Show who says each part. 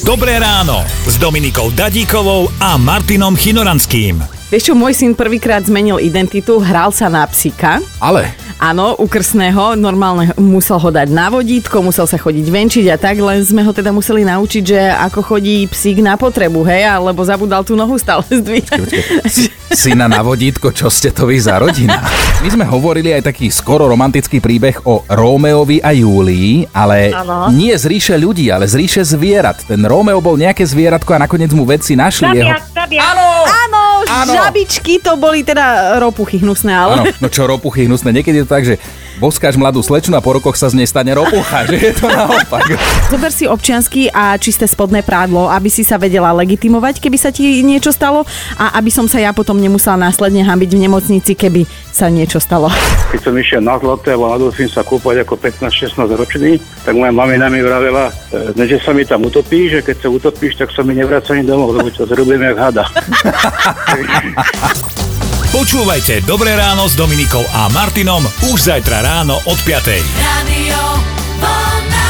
Speaker 1: Dobré ráno s Dominikou Dadíkovou a Martinom Chinoranským.
Speaker 2: Vieš čo, môj syn prvýkrát zmenil identitu, hral sa na psika.
Speaker 3: Ale
Speaker 2: Áno, u krsného, normálne musel ho dať na vodítko, musel sa chodiť venčiť a tak, len sme ho teda museli naučiť, že ako chodí psík na potrebu, hej, alebo zabudal tú nohu stále zdvíhať.
Speaker 3: syna na vodítko, čo ste to vy za rodina? My sme hovorili aj taký skoro romantický príbeh o Rómeovi a Júlii, ale
Speaker 4: Áno.
Speaker 3: nie z ríše ľudí, ale z ríše zvierat. Ten Rómeo bol nejaké zvieratko a nakoniec mu vedci našli jeho...
Speaker 4: Zabiak, zabiak.
Speaker 3: Áno!
Speaker 2: Áno,
Speaker 3: Áno.
Speaker 2: žabičky to boli teda ropuchy hnusné, ale...
Speaker 3: Áno, no čo ropuchy hnusné. Niekedy je to tak, že boskáš mladú slečnu a po rokoch sa z nej stane ropucha, že je to naopak.
Speaker 2: Zober si občiansky a čisté spodné prádlo, aby si sa vedela legitimovať, keby sa ti niečo stalo a aby som sa ja potom nemusela následne hambiť v nemocnici, keby sa niečo stalo.
Speaker 5: keď som išiel na Zlaté alebo na Dolfín sa kúpať ako 15-16 ročný, tak moja mamina mi vravela, e, ne, že sa mi tam utopí, že keď sa utopíš, tak sa mi nevráca ani domov, lebo to zrobím jak hada.
Speaker 1: Počúvajte Dobré ráno s Dominikou a Martinom už zajtra ráno od 5.
Speaker 6: Radio Vlna.